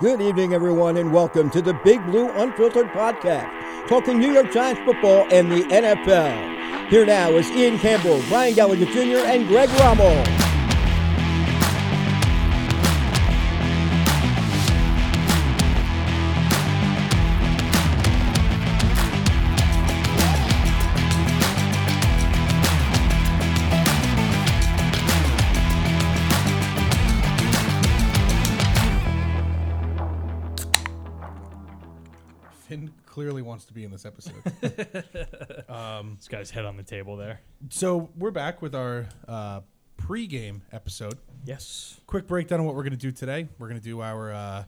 Good evening, everyone, and welcome to the Big Blue Unfiltered Podcast, talking New York Giants football and the NFL. Here now is Ian Campbell, Brian Gallagher Jr., and Greg Rommel. Finn clearly wants to be in this episode. This guy's head on the table there. so we're back with our uh, pregame episode. Yes. Quick breakdown on what we're going to do today. We're going to do our uh,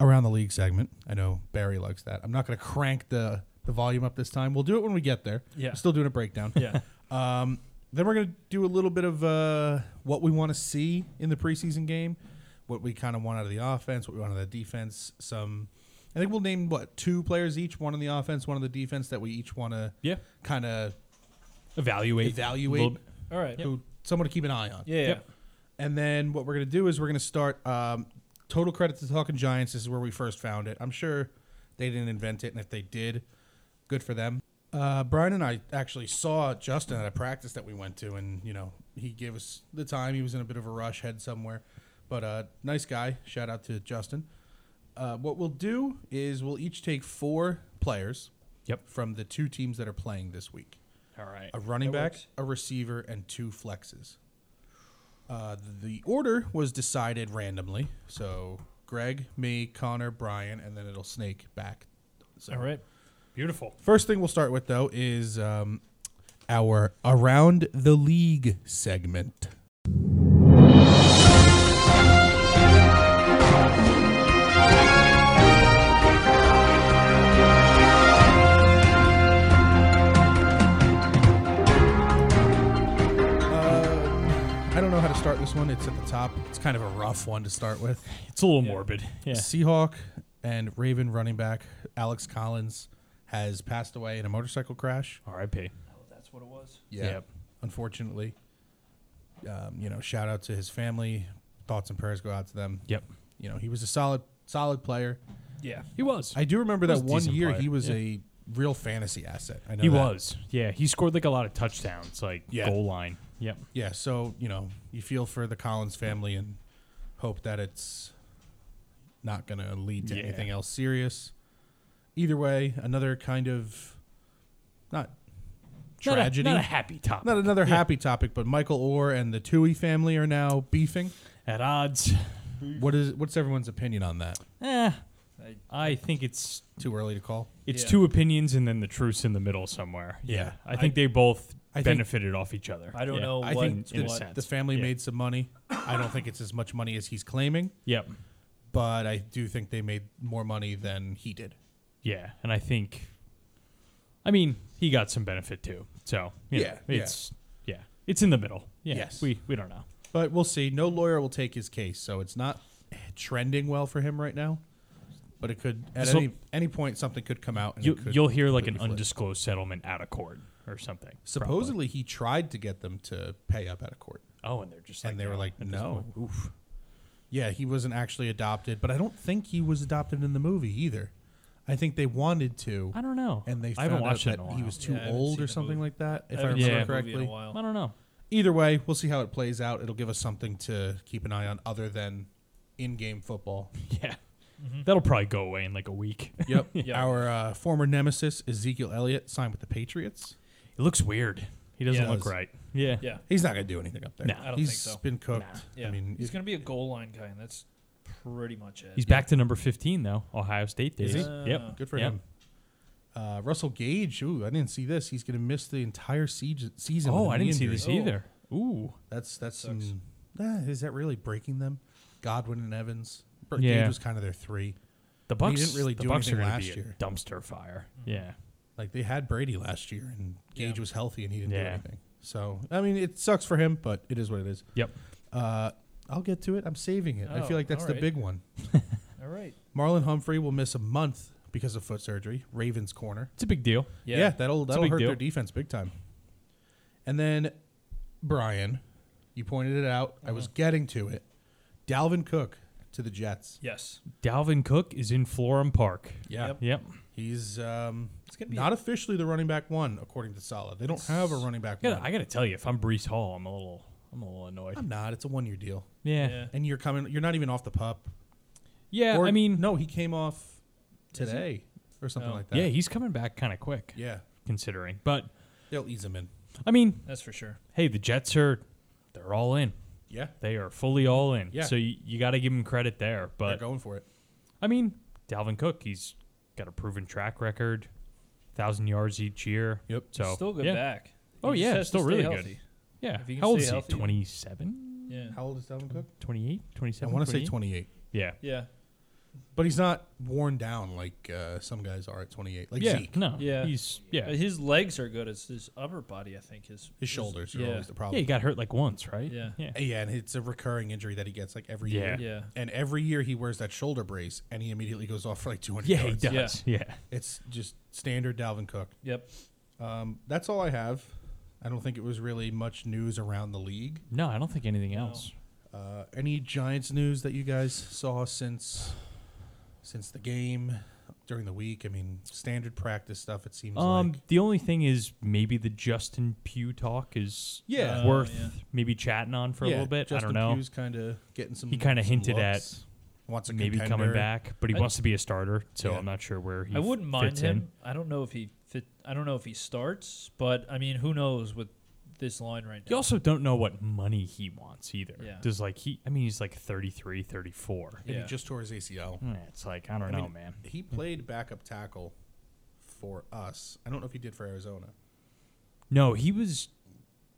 around the league segment. I know Barry likes that. I'm not going to crank the the volume up this time. We'll do it when we get there. Yeah. We're still doing a breakdown. Yeah. Um, then we're going to do a little bit of uh, what we want to see in the preseason game, what we kind of want out of the offense, what we want out of the defense. Some, I think we'll name what two players each, one on the offense, one on the defense that we each want to Yeah. kind of Evaluate. Evaluate. Little- All right. who someone to keep an eye on. Yeah. Yep. And then what we're gonna do is we're gonna start. Um, total credit to Talking Giants. This is where we first found it. I'm sure they didn't invent it, and if they did, good for them. Uh, Brian and I actually saw Justin at a practice that we went to, and you know he gave us the time. He was in a bit of a rush, head somewhere, but uh, nice guy. Shout out to Justin. Uh, what we'll do is we'll each take four players Yep. from the two teams that are playing this week All right. a running That back, works. a receiver, and two flexes. Uh, the order was decided randomly, so Greg, me, Connor, Brian, and then it'll snake back. So. All right. Beautiful. First thing we'll start with though is um, our around the league segment. Uh, Uh, I don't know how to start this one. It's at the top. It's kind of a rough one to start with. It's a little morbid. Yeah. Seahawk and Raven running back Alex Collins has passed away in a motorcycle crash. R.I.P. That's what it was. Yep. Unfortunately, um, you know, shout out to his family. Thoughts and prayers go out to them. Yep. You know, he was a solid, solid player. Yeah. He was. I do remember He was that a one decent year player, he was yeah. a real fantasy asset. I know he that. was. Yeah. He scored like a lot of touchdowns, like Yeah. goal line. Yep. Yeah. So you know, you feel for the Collins family and hope that it's not going to lead to Yeah. anything else serious. Either way, another kind of not Not a- tragedy. Not a, happy topic. Not another happy topic, but Michael Orr and the Tui family are now beefing. At odds. What is what's everyone's opinion on that? Eh. I- I think it's Too early to call. it's Yeah. two opinions and then the truth's in the middle somewhere. Yeah. I think they both I think- benefited off each other. I don't Yeah. know I what. think in a what- the, sense. the family Yeah. made some money. I don't think it's as much money as he's claiming, Yep. but I do think they made more money than he did. Yeah, and I think, I mean, he got some benefit too. So you know, Yeah, yeah. it's yeah. it's in the middle. Yeah, Yes. we we don't know. But we'll see. No lawyer will take his case, so it's not trending well for him right now. But it could at So- any any point something could come out. And You it could you'll hear like an completely flip. undisclosed settlement out of court or something. probably. Supposedly, he tried to get them to pay up out of court. Oh, and they're just like and they were no, like, at this "No, point. oof." Yeah, he wasn't actually adopted, but I don't think he was adopted in the movie either. I think they wanted to, I don't know. and they I found haven't watched out it in a that while. he was too Yeah, I haven't old seen or the something movie. like that. If I, I remember seen haven't the movie in a correctly. while. I don't know. Either way, we'll see how it plays out. It'll give us something to keep an eye on, other than in-game football. Yeah, Mm-hmm. that'll probably go away in like a week. it Yep. Yeah. Our uh, former nemesis Ezekiel Elliott signed with the Patriots. looks weird. He doesn't Yeah. look Does. right. Yeah, Yeah. He's not going to do anything up there. Nah. I don't He's think so. been cooked. Yeah. I mean, he's gonna be a goal line guy, and that's pretty much it. He's back to number fifteen though. Ohio State Is days. he? Yep. Good for Yep. him. Uh, Russell Gage. Ooh, I didn't see this. He's going to miss the entire siege, season. Oh, with a I knee didn't see injury. this Oh. either. Ooh. That's that's Sucks. some, eh, is that really breaking them? Godwin and Evans. Br- Gage Yeah. was kind of their three. The I mean, Bucks he didn't really the do Bucks are anything gonna last be a year. dumpster fire. Yeah. Like they had Brady last year, and Gage Yeah. was healthy, and he didn't do Yeah. anything. So I mean, it sucks for him, but it is what it is. Yep. Uh, I'll get to it. I'm saving it. I Oh, feel like that's the alright. big one. All right. Marlon Humphrey will miss a month because of foot surgery. Ravens corner. It's a big deal. Yeah, Yeah. that'll that'll big hurt deal. their defense big time. And then Brian, you pointed it out. I was getting to it. Dalvin Cook to the Jets. Yes. Dalvin Cook is in Florham Park. Yeah, Yep. Yep. he's um, It's gonna be not officially the running back one according to Salah. They don't have a running back I one. gotta, I gotta tell you, if I'm Brees Hall, I'm a little, I'm a little annoyed. I'm not. It's a one year deal, yeah. Yeah. yeah. and you're coming. You're not even off the pup. Or- I mean, no, he came off he? today or something No. like that. yeah, he's coming back kind of quick, yeah. considering. But They'll ease him in. I mean, That's for sure. hey, the Jets are, they're all in. Yeah, They are fully all in. Yeah. So you, you got to give him credit there. they're But going for it. I mean, Dalvin Cook, he's got a proven track record, thousand yards each year. Yep. So still good yeah. back. Oh, He just yeah, has to still stay really good. healthy. Yeah. If he can How old stay is he? healthy. 27, Yeah. How old is Dalvin Cook? 28, 27? I want to say 28, Yeah. Yeah. but he's not worn down like uh, some guys are at 28, like yeah. Zeke. No. Yeah. He's, yeah. But his legs are good. It's his upper body, I think, is His shoulders are yeah. always the yeah, problem. he got hurt like once, right? Yeah. Yeah. Yeah, and it's a recurring injury that he gets like every Yeah. year. Yeah. And every year he wears that shoulder brace and he immediately goes off for like 200 Yeah, he yards. does. Yeah. It's just standard Dalvin Cook. Yep. Um, that's all I have. I don't think it was really much news around the league. No, I don't think anything else. Uh, any Giants news that you guys saw since since the game during the week? I mean, standard practice stuff. It seems Um, like the only thing is maybe the Justin Pugh talk is Yeah. Oh, worth yeah. maybe chatting on for a Yeah, little bit. Justin I don't know. Pugh's kind of getting some. He kinda some hinted at looks. wants a maybe coming contender. back, but he I- wants to be a starter, so Yeah. I'm not sure where he I wouldn't mind fits him. in. I don't know if he fit. I don't know if he starts, but I mean, who knows with this line right now? You also don't know what money he wants either. Yeah. Does like he I mean he's like 33, 34. And Yeah. he just tore his ACL. Yeah, It's like I don't I know, mean, man. He played backup tackle for us. I don't know if he did for Arizona. No, he was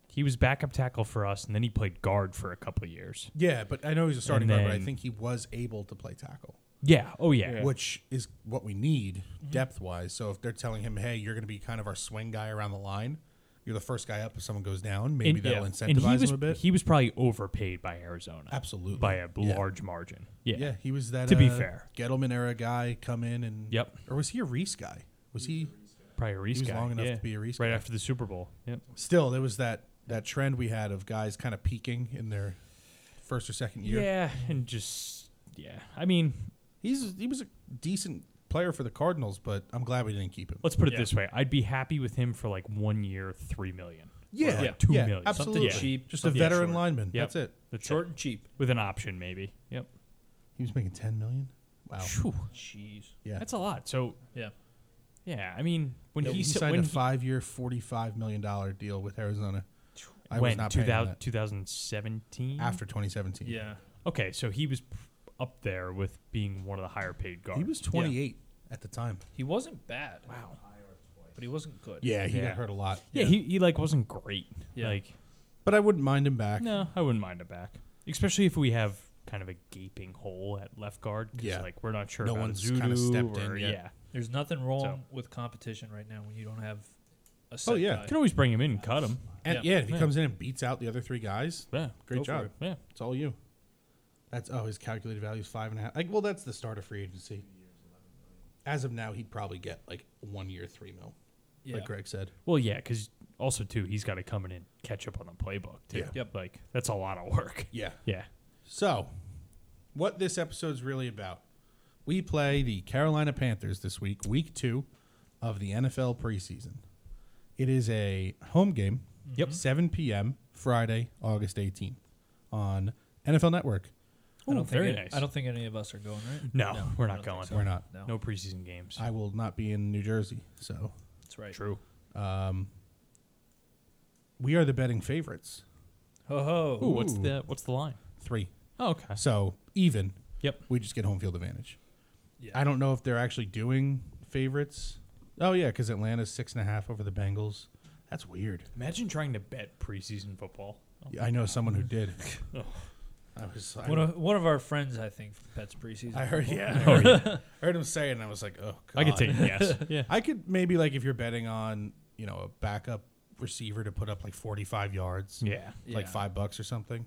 he was backup tackle for us and then he played guard for a couple of years. Yeah, but I know he's a starting And guard, but I then- think he was able to play tackle, Yeah. Oh yeah. which is what we need Mm-hmm. depth wise. So if they're telling him, "Hey, you're going to be kind of our swing guy around the line," you're the first guy up if someone goes down. Maybe And- that'll yeah. incentivize and he was, him a bit. He was probably overpaid by Arizona. Absolutely, By a Yeah. large margin. Yeah. Yeah. he was that. To be uh, fair. Gettleman era guy come in and Yep. or was he a Reese guy? Was he? Probably a Reese was guy. long enough yeah. to be a Reese Right guy. after the Super Bowl. Yep. Still, there was that that trend we had of guys kind of peaking in their first or second year. Yeah, and just yeah. I mean, He's he was a decent player for the Cardinals, but I'm glad we didn't keep him. let's put it Yeah. this way: I'd be happy with him for like one year, three million. Yeah, Yeah. two million. absolutely. Something cheap, just a something veteran short. lineman. Yep. That's it. That's short it. and cheap. with an option, maybe. Yep. He was making ten million. Wow. Phew, Jeez. Yeah, that's a lot. So Yeah. yeah, I mean, when he, he, s- signed when a five-year, forty-five million dollar deal with Arizona. I he, when was not paying 2000, that 2017? after 2017. Yeah. Okay, so he was p- up there with being one of the higher paid guards. he was 28 at the time. He wasn't bad, wow. but he wasn't good. Yeah, he Yeah. got hurt a lot. Yeah, he, he like wasn't great. Yeah. Like but I wouldn't mind him back. no, I wouldn't mind it back, especially if we have kind of a gaping hole at left guard. 'cause, Yeah. like we're not sure No about one's Zudu kinda stepped or- in yet. Yeah, There's nothing wrong with competition right now when you don't have a set Oh, yeah. guy. you can always bring him in and cut him. And Yeah. yeah, if he comes in and beats out the other three guys, Yeah, Great go for job. it. Yeah, it's all you. That's oh, his calculated value is five and a half. Like, well, that's the start of free agency. As of now, he'd probably get like one year, three mil, Yeah. like Greg said. Well, yeah, because also too, he's got to come in and catch up on the playbook too. Yeah. Yep. Like that's a lot of work. Yeah. Yeah. So, what this episode's really about? We play the Carolina Panthers this week, week two of the NFL preseason. It is a home game. Yep. 7 p.m. Friday, August 18th, on NFL Network. I Ooh, don't think very any- nice. I don't think any of us are going, right? No, we're I not don't think going. so. We're not. No, No preseason games. I will not be in New Jersey, so that's right. True. we are the betting favorites. Ho ho. Ooh, what's Ooh. the what's the line? Three. Oh, okay. So even, Yep. we just get home field advantage. Yeah. I don't know if they're actually doing favorites. Oh yeah, because Atlanta's six and a half over the Bengals. That's weird. Imagine trying to bet preseason football. Yeah, I know someone who did. Oh. I was. I, One of, one of our friends, I think, bets preseason. I heard. Yeah. I Oh, heard, I heard him say it, and I was like, oh. God. I could take a guess. yeah. I could maybe like if you're betting on you know a backup receiver to put up like 45 yards, Yeah. like Yeah. five bucks or something.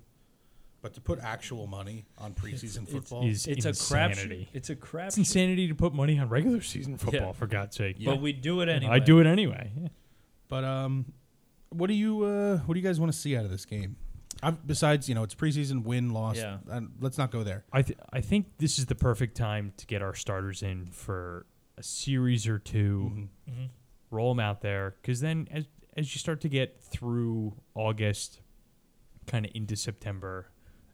But to put actual money on preseason it's- football, Is It's insanity. a crapshoot. It's a crapshoot. It's insanity to put money on regular season football for God's sake. But we do it anyway. I do it anyway. Yeah. but um, what do you uh, what do you guys want to see out of this game? I've, besides, you know, it's preseason win loss. Yeah. And let's not go there. I th- I think this is the perfect time to get our starters in for a series or 2 Mm-hmm. Roll them out there because then as as you start to get through August, kind of into September,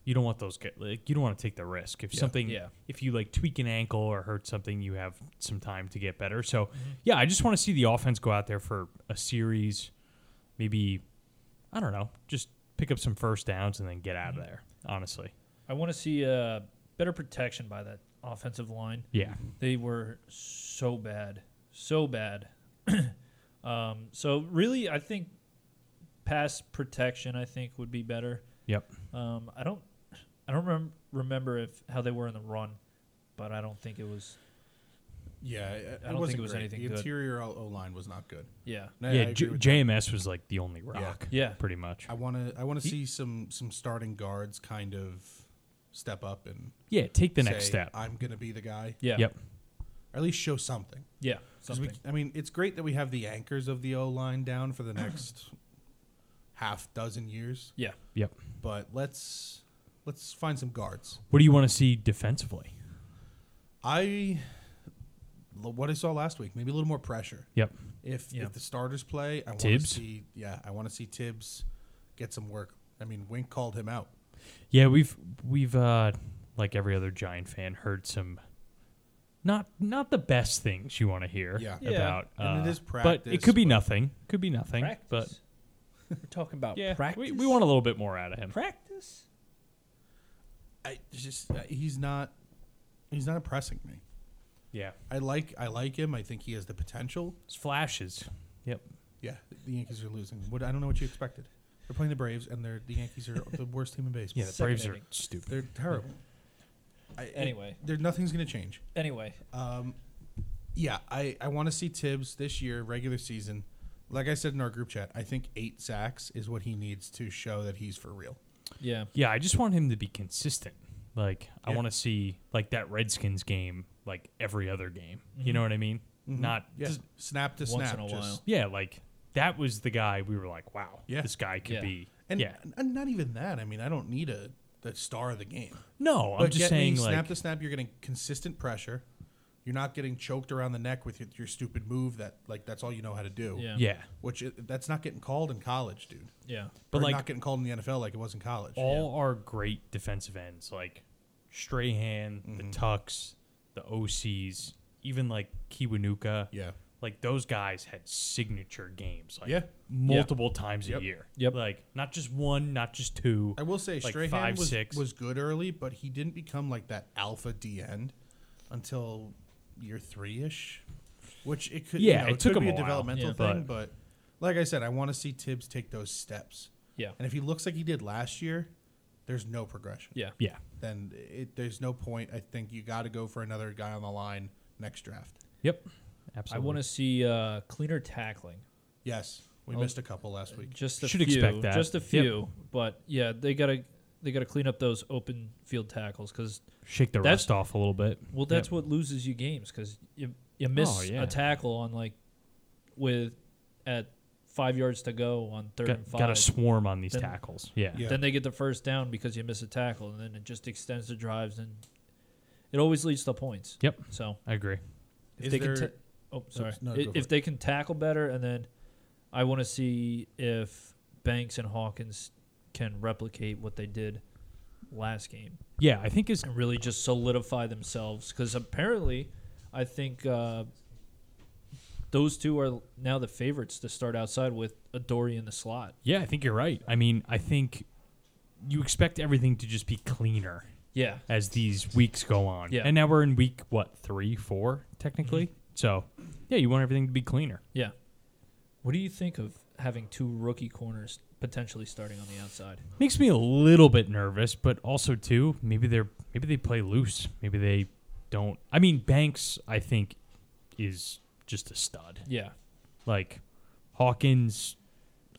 you don't want those get like you don't want to take the risk if something Yeah. if you like tweak an ankle or hurt something you have some time to get better. So Mm-hmm. yeah, I just want to see the offense go out there for a series, maybe I don't know, just pick up some first downs and then get Mm-hmm. out of there. Honestly, I want to see uh, better protection by that offensive line. yeah. They were so bad, so bad. um, so really, I think pass protection I think would be better. Yep. Um, I don't, I don't rem- remember if how they were in the run, but I don't think it was. Yeah. I don't think it was anything The good. interior O line was not good. Yeah, And I- I yeah, agree J- with JMS was like the only rock. Yeah. pretty much. I want to I want to see some some starting guards kind of step up and Yeah, take the next say, step. I'm going to be the guy. yeah, Yep. Or at least show something. yeah. 'Cause Something. We, I mean, it's great that we have the anchors of the O line down for the next half dozen years, yeah, Yep. but let's let's find some guards. What do you want to see defensively? I l- what I saw last week, maybe a little more pressure. Yep. If Yeah. if the starters play, I want to Tibbs? see yeah, I want to see Tibbs get some work. I mean, Wink called him out. Yeah, we've we've uh like every other Giant fan heard some not not the best things you want to hear Yeah. Yeah. about And it uh, is but practice, it could be but- nothing. Could be nothing. practice. we're talking about But yeah, practice. we, we want a little bit more out of him. practice. I it's just uh, he's not he's not impressing me. Yeah. I like I like him. I think he has the potential. It's flashes. Yep. Yeah, the Yankees are losing. What I don't know what you expected. They're playing the Braves, and they're the Yankees are the worst team in baseball. Yeah, the Braves are Sickening. stupid. they're terrible. I, Anyway. there nothing's gonna change. Anyway, Um, yeah, I I want to see Tibbs this year, regular season. Like I said in our group chat, I think eight sacks is what he needs to show that he's for real. yeah, Yeah, I just want him to be consistent. Like I Yeah. want to see like that Redskins game like every other game. You know what I mean? Not Yeah, just- snap to once snap. in a just- while. yeah, like that was the guy we were like, wow, Yeah. this guy could Yeah. be and, yeah. and not even that. I mean, I don't need a the star of the game. No, I'm But just get saying me, like snap to snap, you're getting consistent pressure. You're not getting choked around the neck with your, your stupid move that like that's all you know how to do. Yeah. yeah. Which i that's not getting called in college, dude. yeah, But, But like- not getting called in the NFL like it was in college. All our great defensive ends like Strahan, Mm-hmm. the Tucks, the OCs, even like Kiwanuka. Yeah. Like those guys had signature games like Yeah. multiple times Yep. a year. Yep. Like not just one, not just two. I will say like Strahan five, was six. was good early, but he didn't become like that alpha D end until year three ish. Which it could Yeah, you know, it took could him be a while. developmental Yeah. thing, but like I said, I want to see Tibbs take those steps. yeah, And if he looks like he did last year, there's no progression. yeah. yeah. then it, there's no point. I think you got to go for another guy on the line next draft. Yep. I Absolutely. want to see uh, cleaner tackling. Yes, we Well, missed a couple last week. Just a Should few, expect that. Just a Yep. few, but yeah, they gotta they gotta clean up those open field tackles because shake the That's- rust off a little bit. well, that's what loses you games because you you miss Oh, yeah. a tackle on like with at five yards to go on third and Got, five. got to swarm on these Then- tackles. Yeah. Yeah. Then they get the first down because you miss a tackle, and then it just extends the drives, and it always leads to points. Yep. So I agree. if Is they there- can, ta- oh sorry, no, I- go for if it. they can tackle better, and then I want to see if Banks and Hawkins can replicate what they did last game Yeah, I think is and really just solidify themselves. Because apparently, I think uh, those two are now the favorites to start outside with Adori in the slot. Yeah, I think you're right. I mean, I think you expect everything to just be cleaner Yeah, as these weeks go on. Yeah. And now we're in week what, 3, 4 technically. So, yeah, you want everything to be cleaner. yeah. What do you think of having two rookie corners potentially starting on the outside? Makes me a little bit nervous, but also too, maybe they're maybe they play loose. Maybe they don't I mean, Banks I think is just a stud. Yeah, Like Hawkins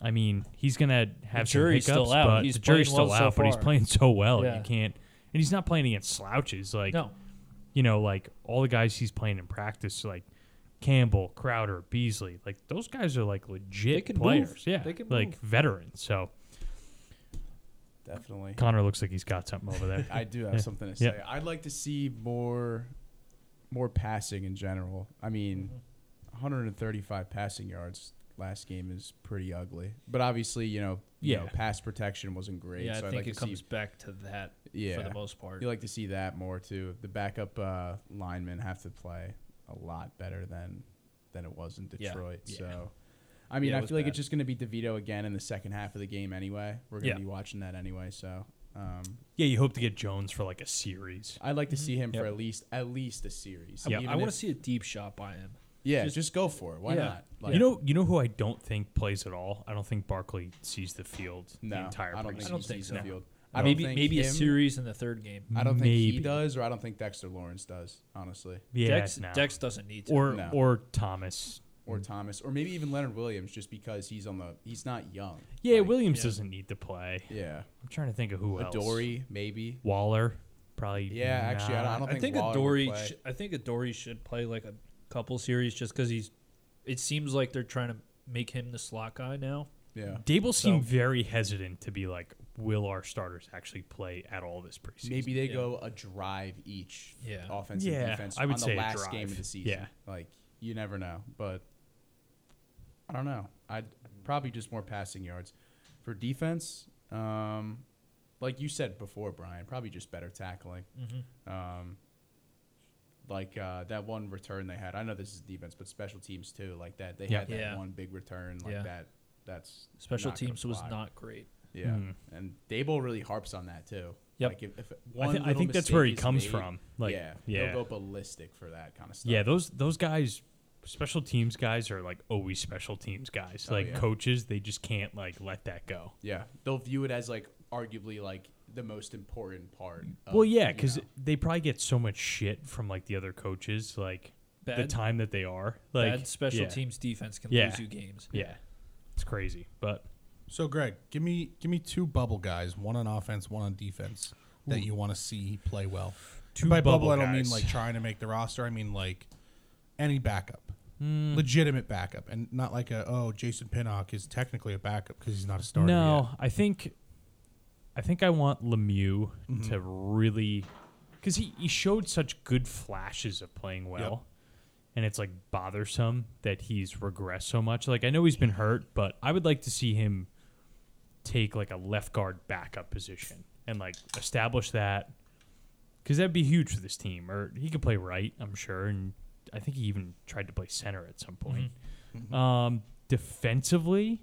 I mean, he's gonna have some The jury's hiccups, still out. but He's the jury's playing still well so out, but he's far. playing so well, Yeah. you can't. And he's not playing against slouches. Like no, you know, like all the guys he's playing in practice, like Campbell, Crowder, Beasley, like those guys are like legit They can players. move. Yeah, They can like move. veterans. So Definitely. Connor looks like he's got something over there. I do have Yeah. something to say. Yeah. I'd like to see more more passing in general. I mean, Mm-hmm. 135 passing yards last game is pretty ugly. But obviously, you know, you Yeah. know, pass protection wasn't great. yeah, I so think would like it to comes see, back to that yeah, for the most part. You like to see that more too. The backup uh, linemen have to play a lot better than than it was in Yeah, Detroit. yeah. So, I mean, Yeah, it I was feel like bad. it's just going to be DeVito again in the second half of the game anyway. We're going to Yeah. be watching that anyway. So, um, yeah, you hope to get Jones for like a series. I'd like to see him Mm-hmm. Yep. for at least at least a series. I, Even I want if- to see a deep shot by him. Yeah, just- just, go for it. Why Yeah. not? Like, You know, you know who I don't think plays at all. I don't think Barkley sees the field no, the entire I don't preseason. think I don't he think sees the so. field. I don't Maybe think maybe a him- series in the third game. Mm, I don't think Maybe. he does, or I don't think Dexter Lawrence does, honestly, Yeah, Dex, no. Dex doesn't need to. or No. or Thomas. or Thomas, or maybe even Leonard Williams, just because he's on the he's not young. Yeah, Like, Williams yeah. doesn't need to play. Yeah, I'm trying to think of who else. Dory maybe. Waller, probably. Yeah, actually, I don't, I not. don't I think, think Waller a would Dory. play. Sh- I think a Dory should play like a couple series just because he's. It seems like they're trying to make him the slot guy now. yeah, Dable seemed very hesitant to be like, will our starters actually play at all this preseason? maybe they Yeah. go a drive each. Yeah. offense and Yeah, defense. I would on say a the last drive. game of the season. Yeah. like you never know, but I don't know. I'd probably just more passing yards for defense. Um, like you said before, Brian, probably just better tackling. Mm-hmm. Um, like uh, that one return they had. I know this is defense, but special teams too. Like that, they Yeah. had that Yeah. one big return like Yeah. that. That's Special not gonna teams was fly. not great. Yeah, and Dable really harps on that too. Hmm. Yep. Like if, if I, one th- I little think that's where he mistake is comes made, from. Like, yeah, yeah, he'll go ballistic for that kind of stuff. yeah. Those those guys, special teams guys, are like always special teams guys. Oh, like yeah. coaches, they just can't like let that go. yeah. They'll view it as like arguably like the most important part. Of, well, yeah, you because know. they probably get so much shit from like the other coaches, like the Bad- time that they are. Like Bad special yeah, teams defense can Yeah. lose you games. Yeah, it's crazy, but So Greg, give me give me two bubble guys, one on offense, one on defense, that you want to see play well. Two By bubble, bubble I don't mean guys. like trying to make the roster. I mean like any backup, Hmm. legitimate backup, and not like a oh Jason Pinnock is technically a backup because he's not a starter. No, yet." I think, I think I want Lemieux to really, because he he showed such good flashes of playing well, and it's like bothersome that he's regressed so much. Like I know he's been hurt, but I would like to see him take like a left guard backup position and like establish that, because that'd be huge for this team. Or he could play right, I'm sure, and I think he even tried to play center at some point. Um, defensively.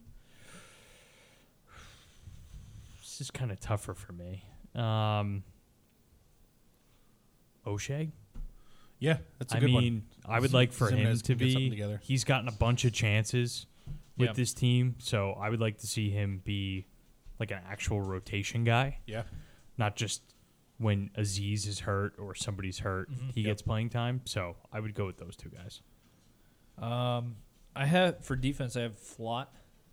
this is kind of tougher for me. Um, O'Shea. yeah, that's a I good mean, one. I would like for Zimenez can him to get something be. together. He's gotten a bunch of chances with Yeah. this team, so I would like to see him be like an actual rotation guy, Yeah, not just when Aziz is hurt or somebody's hurt, Mm-hmm. he gets playing time. So I would go with those two guys. Um, I have for defense. I have Flott.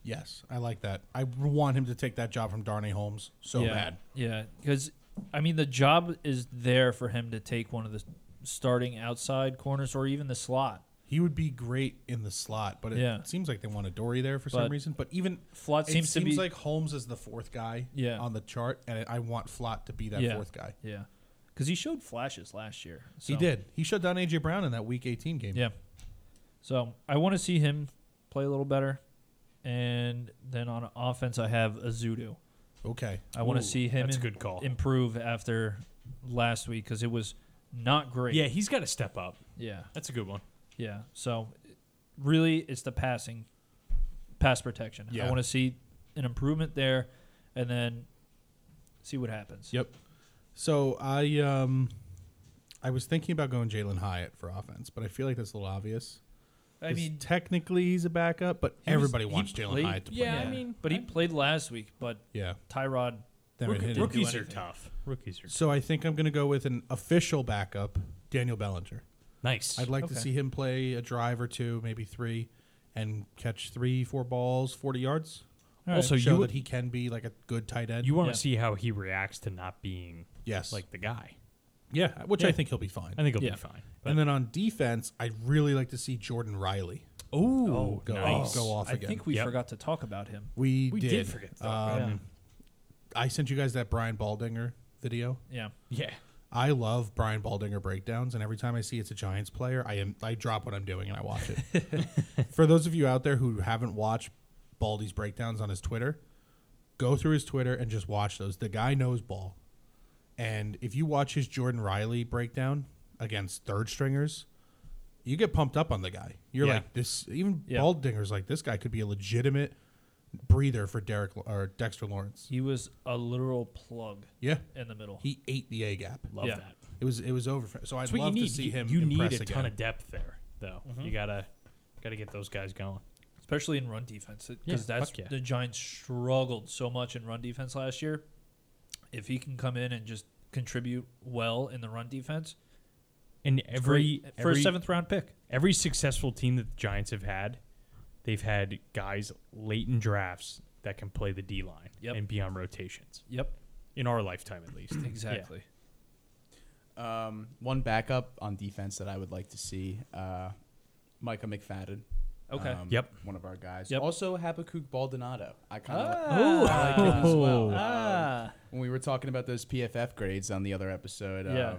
yes, I like that. I want him to take that job from Darnay Holmes so yeah. bad. Yeah, because I mean the job is there for him to take one of the starting outside corners or even the slot. He would be great in the slot, but it Yeah. seems like they want a Dory there for some But- reason. But even Flott it seems, seems to be like Holmes is the fourth guy Yeah. on the chart, and I want Flott to be that Yeah. fourth guy. yeah, because he showed flashes last year. He so- did. He shut down AJ Brown in that Week 18 game. Yeah. So I want to see him play a little better, and then on offense I have Azudu. Okay. I want Ooh, to see him that's a im- good call. improve after last week because it was not great. Yeah, he's got to step up. yeah, That's a good one. yeah. So really, it's the passing, pass protection. I Yeah. want to see an improvement there, and then see what happens. Yep. So I um, I was thinking about going Jalen Hyatt for offense, but I feel like that's a little obvious. I 'Cause mean, technically he's a backup, but was- everybody he wants Jalen played- Hyatt to play. yeah, I yeah. mean, but he I- played last week. But Yeah. Tyrod, They were Rookie- hitting. rookie- rookies are anything. tough. Rookies are tough. So I think I'm going to go with an official backup, Daniel Bellinger. nice. I'd like to Okay. see him play a drive or two, maybe three, and catch three, four balls, 40 yards. All right. Also, show you that he can be like a good tight end. You want Yeah. to see how he reacts to not being yes, like the guy. yeah, which I Yeah. think he'll be fine. I think he'll Yeah. be fine. And then on defense, I'd really like to see Jordan Riley. oh, go, nice. Oh, go off I Oh. again. think we Yep. forgot to talk about him. we, Uh, Uh, we did, forget to talk about Um, him. I sent you guys that Brian Baldinger video. Yeah. Yeah. I love Brian Baldinger breakdowns, and every time I see it's a Giants player, I am I drop what I'm doing and I watch it. For those of you out there who haven't watched Baldy's breakdowns on his Twitter, go through his Twitter and just watch those. The guy knows ball, and if you watch his Jordan Riley breakdown against third stringers, you get pumped up on the guy. You're Yeah. like this. Even Yeah. Baldinger's like this guy could be a legitimate breather for Derek or Dexter Lawrence. He was a literal plug Yeah, in the middle. he ate the A gap. Love Yeah. that. It was it was over. For, so I'd That's what love you need. to see You- him. you need a impress again. ton of depth there, though. Mm-hmm. You gotta gotta get those guys going. especially in run defense Yeah, because that's fuck yeah. the Giants struggled so much in run defense last year. If he can come in and just contribute well in the run defense, And every e- great. for every a seventh round pick, every successful team that the Giants have had, they've had guys late in drafts that can play the D line Yep. and be on rotations yep, in our lifetime at least. exactly. Um, one backup on defense that I would like to see, uh, Micah McFadden. Okay. Um, Yep. One of our guys. Yep. Also Habakkuk Baldonado. I kind of Ah. like him as well. Um, Ah, when we were talking about those PFF grades on the other episode, um, Yeah.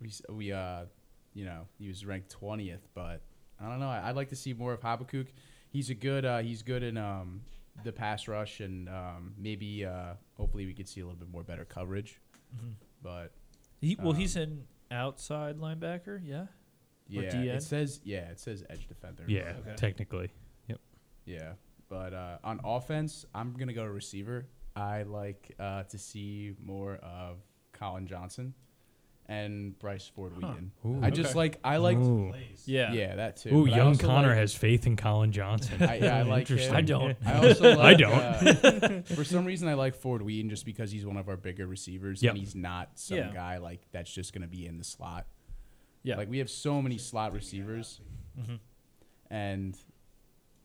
we s- we uh, you know, he was ranked twentieth, but I don't know. I, I'd like to see more of Habakkuk. He's a good. Uh, he's good in um, the pass rush, and um, maybe uh, hopefully we could see a little bit more better coverage. But he, well, Um, he's an outside linebacker, yeah. yeah, DN? it says yeah, it says edge defender. Yeah, Okay. technically. Yeah, but uh, on offense, I'm gonna go receiver. I like uh, to see more of Colin Johnson and Bryce Ford Wheaton. Ooh. I just Okay. like I like Ooh, Yeah, yeah. that too. Ooh But I young also Connor like- has faith in Colin Johnson. I, yeah, I like him. Interesting. I don't. I also like, don't. uh, for some reason, I like Ford Wheaton just because he's one of our bigger receivers, Yep. and he's not some Yeah. guy like that's just gonna be in the slot. Yeah. Mm-hmm. Like we have so many slot receivers, and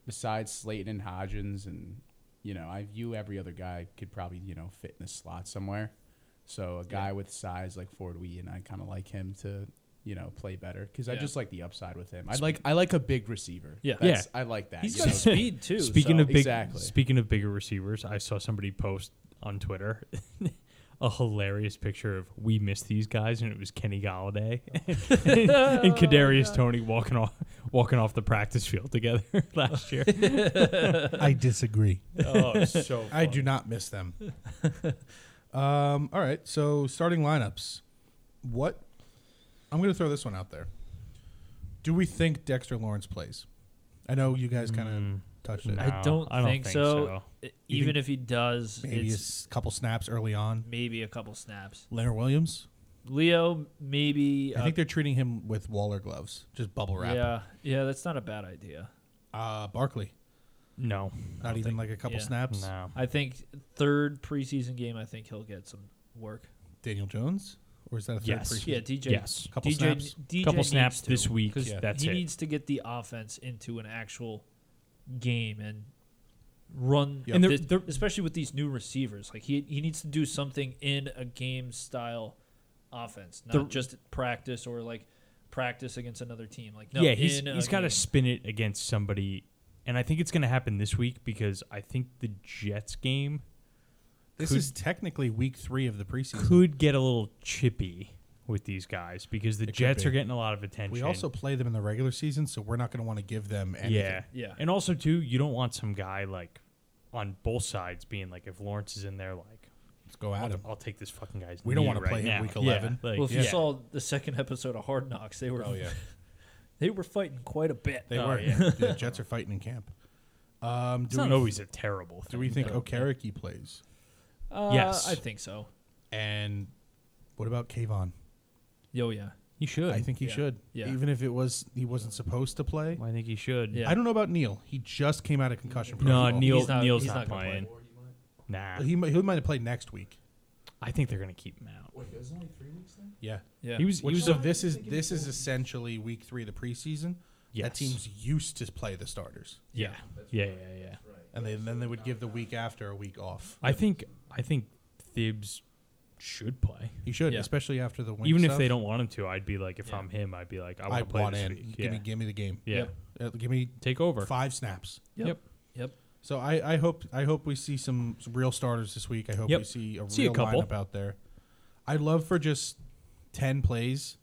besides Slayton and Hodgins, and you know, I view every other guy could probably you know fit in a slot somewhere. So a guy with size like Ford Wee, and I kind of like him to you know play better because I Yeah. just like the upside with him. I like I like a big receiver. Yeah. That's, I like that. he's you got know? speed too. Speaking so- of big, Exactly. speaking of bigger receivers, I saw somebody post on Twitter a hilarious picture of "We miss these guys," and it was Kenny Galladay and, Oh and Kadarius Tony walking off walking off the practice field together last year. I disagree. oh, so I do not miss them. um, all right, so starting lineups. What? I'm going to throw this one out there. Do we think Dexter Lawrence plays? I know you guys kind of touched it. I don't Mm. I don't think, think so. so. E- You Even think- if he does, Maybe a it's s- couple snaps early on. maybe a couple snaps. Leonard Williams. Leo, maybe. I think they're treating him with Waller gloves, just bubble uh, wrap. yeah, yeah, that's not a bad idea. Uh, Barkley. No, Not even like a couple yeah. snaps. no. I think third preseason game, I think he'll get some work. Daniel Jones, or is that a third Yes. preseason? Yeah, DJ. Yes. Couple DJ, snaps. DJ Couple needs snaps to, this week, 'cause yeah. that's he it. needs to get the offense into an actual game and run. Yeah. And they're- thi- they're- especially with these new receivers, like he he needs to do something in a game style offense, not The- just practice or like practice against another team. Like no, yeah, he's in a he's got to game. spin it against somebody, and I think it's going to happen this week because I think the Jets game This Could- is technically week three of the preseason. could get a little chippy with these guys because the It could Jets be. are getting a lot of attention. We also play them in the regular season, so we're not going to want to give them anything. yeah, Yeah. and also too, you don't want some guy like on both sides being like, if Lawrence is in there, like Let's go at I'll, him. I'll take this fucking guy's. We don't knee wanna right play him now. week Yeah, 11. like, Well, if you yeah. saw the second episode of Hard Knocks, they were they were fighting quite a bit. Oh, Uh, They Oh, were. yeah. the Jets are fighting in camp. Um, it's do, not we, always a terrible. Thing. do we think though. Okereke plays? Uh, Yes. I think so. And what about Kayvon? Yo, yeah. he should? I think he Yeah. should. Yeah. Even if it was he wasn't supposed to play. I think he should. Yeah. I don't know about Neil. He just came out of concussion No, protocol. Neil. He's not- Neil's he's not, not gonna play. playing. Nah, He, mi- he might have played next week. I think they're gonna keep him out. Yeah. Yeah. He was. He Which was so a, this is this is essentially week three of the preseason. Yes. That team's used to play the starters, yeah. Yeah. Yeah. Yeah. and they, then they would give the week after a week off. I think. I think Thibs should play. He should, Yeah. especially after the win. Even if stuff. they don't want him to, I'd be like, if Yeah. I'm him, I'd be like, I I want to play want this in. week. Give yeah. me, give me the game. yeah. Yep. Uh, give me Take over. five snaps. Yep. Yep. So I, I hope I hope we see some, some real starters this week. I hope Yep. we see a See a real couple. lineup out there. I'd love for just ten plays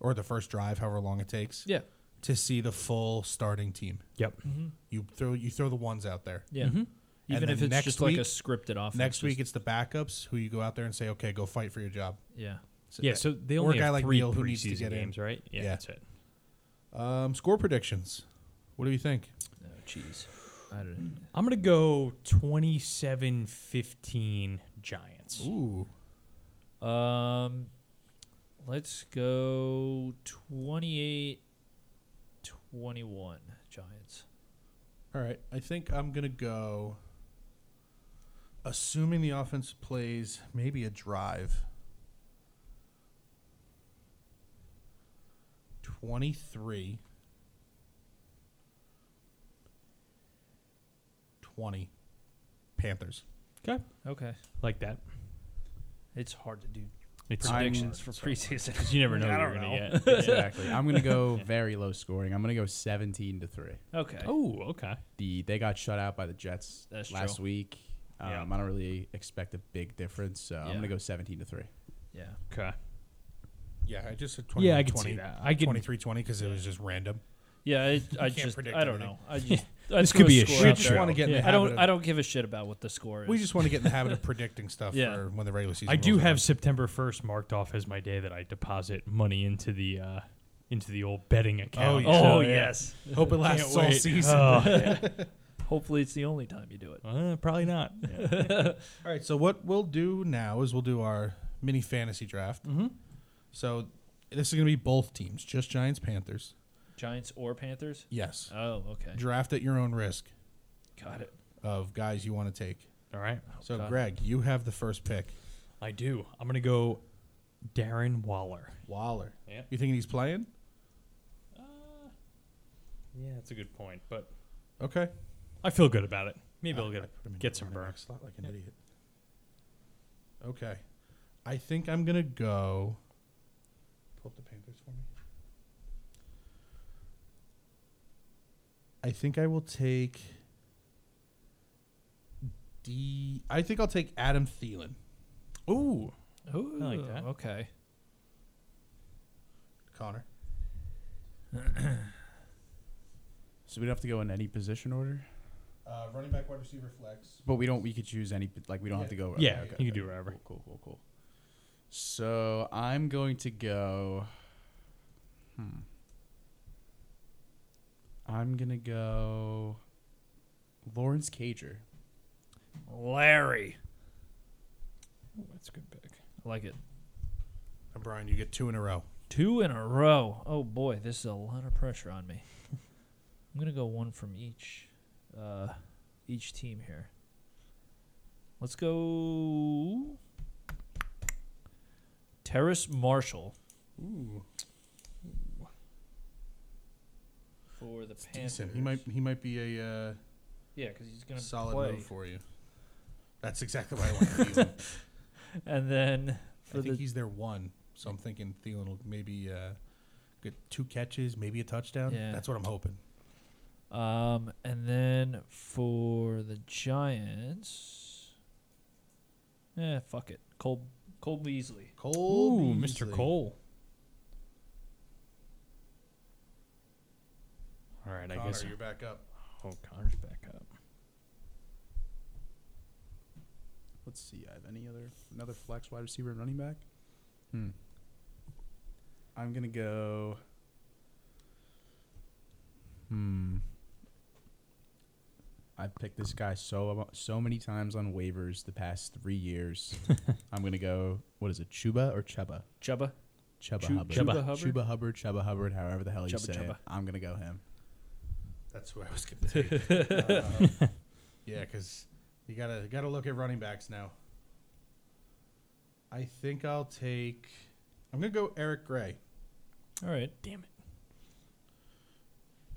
or the first drive, however long it takes, Yeah. to see the full starting team. Yep. You throw you throw the ones out there. Yeah. Mm-hmm. Even then if it's next just week- like a scripted offense. Next week just- it's the backups who you go out there and say, okay, go fight for your job. yeah. Yeah. So they Or a only guy have like three Neal who needs to preseason get in. games, right? Yeah, Yeah. That's it. um, score predictions. What do you think? Oh, jeez. I don't know. I'm gonna go 27-15 Giants. Ooh, Um, let's go 28 21 Giants. all right. I think I'm gonna go. Assuming the offense plays maybe a drive. Twenty-three. Twenty. Panthers. Okay. Okay. Like that. It's hard to do It's predictions for preseason. because you never know I what you're don't gonna get. exactly. I'm gonna go very low scoring. I'm gonna go 17 to three. Okay. Oh, okay. The they got shut out by the Jets That's last true. week. Um, Yeah. I don't really expect a big difference, so I'm Yeah. gonna go 17 to three. Yeah. Okay. Yeah, I just said twenty. Yeah, I can 20, see that. I can. 23-20 because it was just random. Yeah, I, I can't just predict I don't anything. know. I just I This threw could be a score shit out show. there. Wanna get in the I habit don't of- I don't give a shit about what the score is. We just want to get in the habit of predicting stuff Yeah. for when the regular season. I do rolls have around. September 1st marked off as my day that I deposit money into the uh, into the old betting account. yeah. Oh, So, yes. Hope it lasts all wait. season. Oh, Hopefully it's the only time you do it. uh, probably not. All right. So what we'll do now is we'll do our mini fantasy draft. Mm-hmm. So this is going to be both teams, just Giants Panthers. Giants or Panthers? Yes. Oh, okay. Draft at your own risk Got it. of guys you want to take. All right. So God. Greg, you have the first pick. I do. I'm going to go Darren Waller. Waller. Yeah. You thinking he's playing? Yeah, that's a good point, but Okay. I feel good about it. Maybe I'll I- get I put him in get the some running back burn. slot like an idiot. Okay. I think I'm gonna go. Pull up the Panthers for me. I think I will take. D. I think I'll take Adam Thielen. Ooh. Ooh, I like that. Okay. Connor. So we don't have to go in any position order, Uh, running back, wide receiver, flex. but we don't. We could choose any. Like we don't Yeah. have to go. Yeah, you can do whatever. Cool, cool, cool, cool. So I'm going to go. Hmm. I'm gonna go. Lawrence Cager. Larry. that's a good pick. I like it. And Brian, you get two in a row. Two in a row. Oh boy, this is a lot of pressure on me. I'm gonna go one from each, uh, each team here. Let's go. Terrace Marshall Ooh, for the Panthers. decent. He might. He might be a uh, yeah, because he's gonna solid play. move for you. That's exactly why I want Thielen. and then I for think the he's their one. So I'm thinking Thielen will maybe uh, get two catches, maybe a touchdown. Yeah. That's what I'm hoping. um, and then for the Giants. Eh, fuck it. Cole Cole Beasley. Cole, Ooh, Mr. Cole. All right, I guess. you're back up. Oh, Connor's back up. Let's see. I have any other another flex wide receiver and running back. Hmm. I'm gonna go. Hmm. I've picked this guy so amo- so many times on waivers the past three years. I'm gonna go. What is it, Chuba or Chuba? Chuba. Chuba Chu- Hubbard. Chuba Hubbard? Chuba Hubbard. Chuba Hubbard. However the hell you Chubba say it. Chubba. I'm gonna go him. That's who I was going to take. Uh, yeah, because you gotta gotta look at running backs now. I think I'll take. I'm gonna go Eric Gray. All right. Damn it.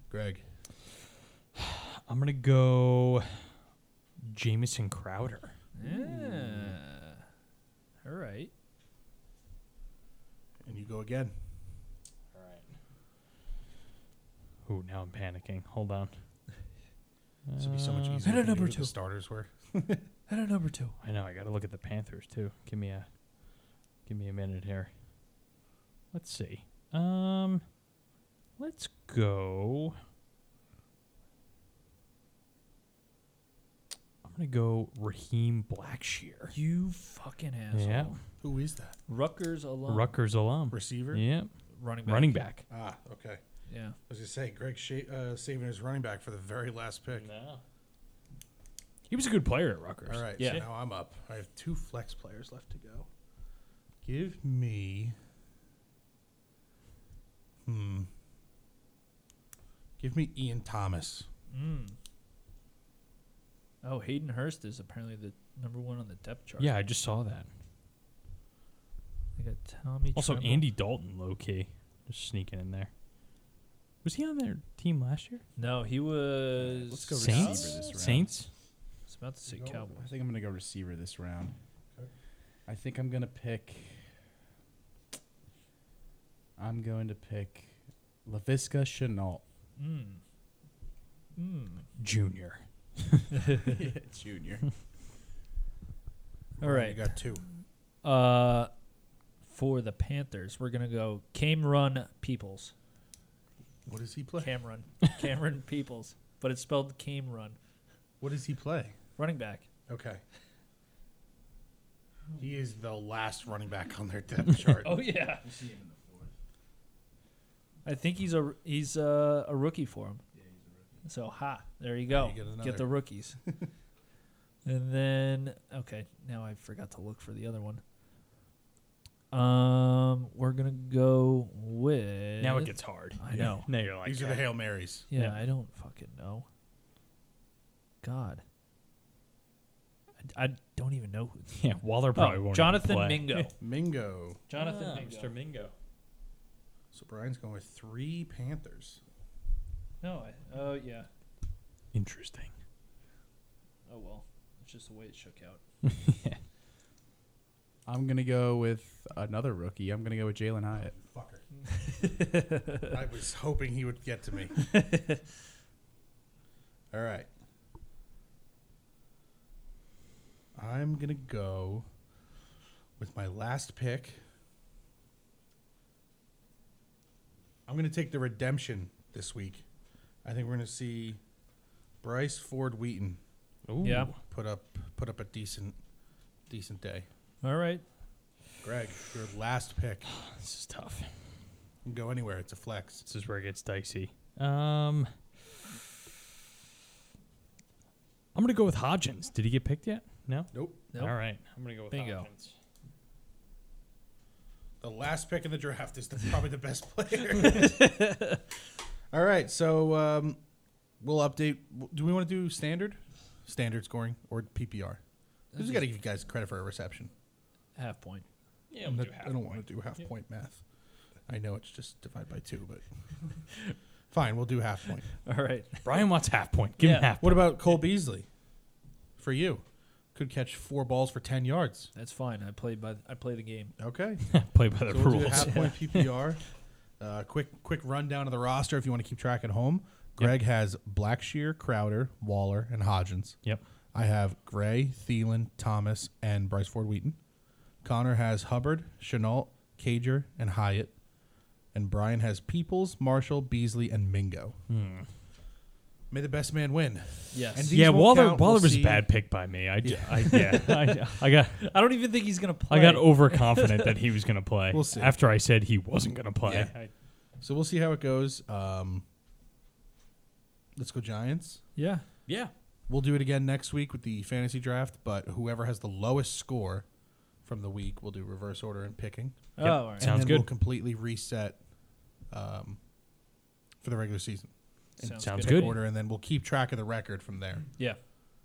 Greg. I'm going to go Jamison Crowder. Yeah. All right. And you go again. All right. Ooh, now I'm panicking. Hold on. This would be so much Uh, easier. Who if we number knew who two? The starters were. Head at number two. I know. I got to look at the Panthers too. Give me a, give me a minute here. Let's see. Um, let's go. I'm gonna go Raheem Blackshear. You fucking asshole. Yeah, Who is that? Rutgers alone. Rutgers alum. Receiver? Yeah, running back. running back. Ah, okay. Yeah. I was gonna say Greg Sha- uh, saving his running back for the very last pick. No. He was a good player at Rutgers. All right, Yeah. so now I'm up. I have two flex players left to go. Give me. Hmm. Give me Ian Thomas. Mm. Oh, Hayden Hurst is apparently the number one on the depth chart. Yeah, I just saw that. They got Tommy. Also, Tremble. Andy Dalton, low key, just sneaking in there. Was he on their team last year? No, he was. Let's go receiver Saints? this round. Saints? I was about to say You go Cowboys. I think I'm gonna go receiver this round. Okay. I think I'm gonna pick. I'm going to pick Lavisca Chenault Mm. Mm. Junior. Junior. All Ryan, right. Oh, You got two. Uh, for the Panthers, we're gonna go Cameron Peoples. What does he play? Cameron. Cameron Peoples, but it's spelled Cameron. What does he play? Running back. Okay. He is the last running back on their depth chart. Oh yeah. I think he's a he's a, a rookie for him. So ha, there you go. you get get, another. the rookies. and then okay, now I forgot to look for the other one. Um, we're gonna go with Now it gets hard. I know. Now you're like, These are the Hail Marys. Yeah, Yeah. I don't fucking know. God. I, I don't even know who. yeah, Waller probably Oh, won't. Jonathan even play. Mingo. Mingo. Jonathan Ah, Mingo. Mr. Mingo. So Brian's going with three Panthers. No, I, oh yeah. Interesting. Oh well, it's just the way it shook out. I'm gonna go with another rookie. I'm gonna go with Jalen Hyatt. Fucker. I was hoping he would get to me. All right. I'm going to go with my last pick. I'm going to take the redemption this week. I think we're going to see Bryce Ford Wheaton Ooh. Yeah. put up put up a decent decent day. All right. Greg, your last pick. This is tough. You can go anywhere. It's a flex. This is where it gets dicey. Um, I'm going to go with Hodgins. Did he get picked yet? No? Nope. Nope. All right. I'm going to go with Bingo. Hodgins. The last pick in the draft is the, probably the best player. All right, so um, we'll update. Do we want to do standard, standard scoring, or PPR? I just got to give you guys credit for a reception. Half point. Yeah, I'm not- we'll do half I don't want to do half point math. I know it's just divide by two, but fine, we'll do half point. All right. Brian wants half point. Give him Yeah. half What about Cole Beasley? For you, could catch four balls for ten yards. That's fine. I played by. I play the game. Okay, point. Play by the So we'll do rules. half point PPR. Uh, quick, quick rundown of the roster if you want to keep track at home. Greg has Blackshear, Crowder, Waller, and Hodgins. Yep. I have Gray, Thielen, Thomas, and Bryce Ford Wheaton. Connor has Hubbard, Chenault, Cager, and Hyatt. And Brian has Peoples, Marshall, Beasley, and Mingo. Hmm. May the best man win. Yes. And And these yeah, won't Waller. count. Waller We'll was see. a bad pick by me. I, yeah. I, yeah, I, I got I don't even think he's gonna play. I got overconfident that he was going to play. We'll see. After I said he wasn't going to play. Yeah. So we'll see how it goes. Um, let's go Giants. yeah. yeah. We'll do it again next week with the fantasy draft, but whoever has the lowest score from the week, we'll do reverse order and picking. Oh, all right. and Sounds then We'll good. completely reset um, for the regular season. Sounds, sounds good. good. Order, and then we'll keep track of the record from there. Yeah.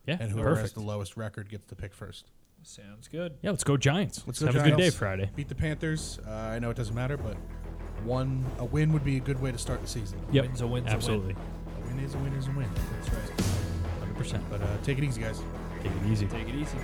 Yeah. And whoever has perfect. the lowest record gets to pick first. Sounds good. Yeah, let's go Giants. Let's Let's go have a good day Giants. Friday. Beat the Panthers. Uh, I know it doesn't matter, but one a win would be a good way to start the season. Yep. Win's a win's a win. Absolutely. A win is a win is a win. That's right. 100%. But uh, take it easy, guys. Take it easy. Take it easy.